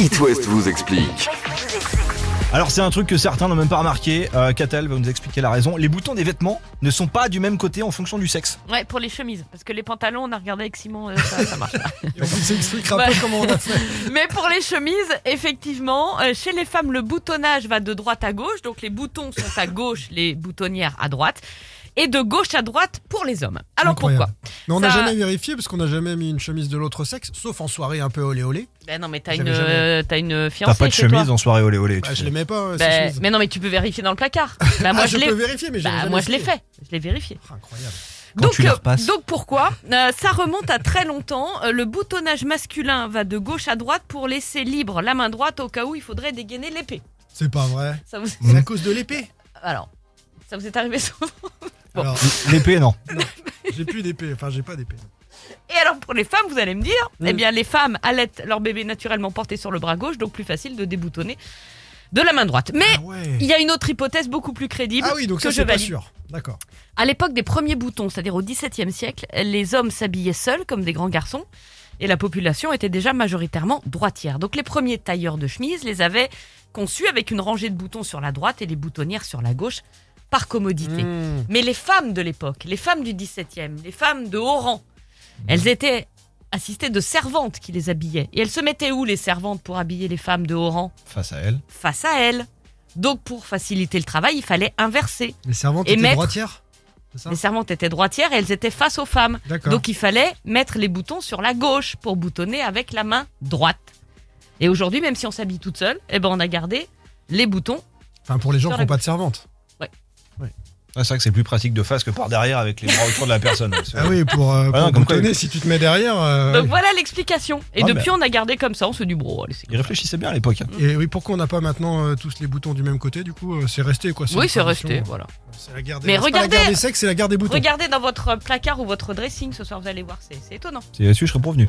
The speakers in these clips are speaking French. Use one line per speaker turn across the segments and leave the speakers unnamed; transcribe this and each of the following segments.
It West vous explique.
Alors c'est un truc que certains n'ont même pas remarqué. Euh, Catel va nous expliquer la raison. Les boutons des vêtements ne sont pas du même côté en fonction du sexe.
Ouais, pour les chemises. Parce que les pantalons, on a regardé avec Simon, euh, ça, ça marche pas.
Et on vous expliquera
Ouais.
pas comment on a fait.
Mais pour les chemises, effectivement, euh, chez les femmes, le boutonnage va de droite à gauche. Donc les boutons sont à gauche, les boutonnières à droite. Et de gauche à droite pour les hommes. Alors
Incroyable. Mais on n'a
Ça-
jamais vérifié parce qu'on n'a jamais mis une chemise de l'autre sexe, sauf en soirée un peu olé olé.
pourquoi Ben non, mais t'as une,
J'avais jamais.
euh, t'as une
T'as
fiancée.
pas de
chez toi.
chemise en soirée olé olé.
Bah,
tu
je
dis.
les mets pas. euh, ces
Ben,
chemises.
mais non, mais tu peux vérifier dans le placard. Bah, moi,
Ah,
je
je
l'ai.
peux vérifier, mais j'ai
Bah,
jamais
moi, je l'ai
essayé.
fait. Je l'ai vérifié.
Ah, Incroyable.
Quand tu les repasses.
donc pourquoi Euh, Ça remonte à très longtemps. Euh, le boutonnage masculin va de gauche à droite pour laisser libre la main droite au cas où il faudrait dégainer l'épée.
C'est pas vrai.
Ça vous
Mm.
C'est à cause de l'épée.
alors ça vous est arrivé souvent Bon.
Alors,
L'épée non.
j'ai plus d'épée. Enfin, j'ai pas d'épée.
Et alors pour les femmes, vous allez me dire,
Mm.
eh bien les femmes allaitent leur bébé naturellement porté sur le bras gauche, donc plus facile de déboutonner de la main droite. Mais
Ah ouais.
Eh, il y a une autre hypothèse beaucoup plus crédible
Ah oui, donc
que
ça,
je
c'est pas
valide.
sûr. D'accord.
À l'époque des premiers boutons, c'est-à-dire au XVIIe siècle, les hommes s'habillaient seuls comme des grands garçons et la population était déjà majoritairement droitière. Donc les premiers tailleurs de chemise les avaient conçus avec une rangée de boutons sur la droite et les boutonnières sur la gauche par
Mm.
commodité.
Mmh.
Mais les femmes de l'époque, les femmes du XVIIe, les femmes de haut rang, elles étaient assistées de servantes qui les habillaient. Et elles se mettaient où les servantes pour habiller les femmes de haut rang
Face à elle.
Face à elles. Donc pour faciliter le travail, il fallait inverser.
Les servantes
Et
étaient
mettre-
droitières C'est ça
Les servantes étaient droitières et elles étaient face aux femmes.
D'accord.
Donc il fallait mettre les boutons sur la gauche pour boutonner avec la main droite. Et aujourd'hui, même si on s'habille toute seule, eh ben on a gardé les boutons.
Enfin, pour les gens
sur
qui
la
n'ont pas de servante.
Ah, c'est vrai que c'est plus pratique de face que par derrière avec les bras autour de la personne.
Ah oui, pour,
Ah
euh,
non,
pour
comme quoi,
boutonner, si tu te mets derrière. euh,
Donc voilà l'explication. Et
Ah,
depuis, on a gardé comme ça. On se dit, bro, allez, c'est
Il réfléchissait bien à l'époque. hein.
Et oui, pourquoi on n'a pas maintenant euh, tous les boutons du même côté Du coup, euh, c'est resté quoi
Oui,
une
c'est
tradition.
resté, voilà.
C'est la guerre des,
Mais
c'est pas
regardez-
la guerre des sexes, c'est la guerre des boutons.
Regardez dans votre placard ou votre dressing ce soir, vous allez voir, c'est c'est étonnant.
C'est là-dessus je serais prévenu.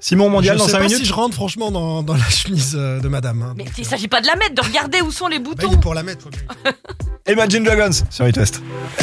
Simon mondial
je
dans
sais
5
pas
minutes.
si je rentre franchement dans, dans la chemise euh, de madame. hein.
Mais
Donc,
il
euh,
s'agit pas de la mettre, de regarder où sont les
bah,
boutons.
il est pour la mettre. faut bien-
Imagine Dragons sur It West.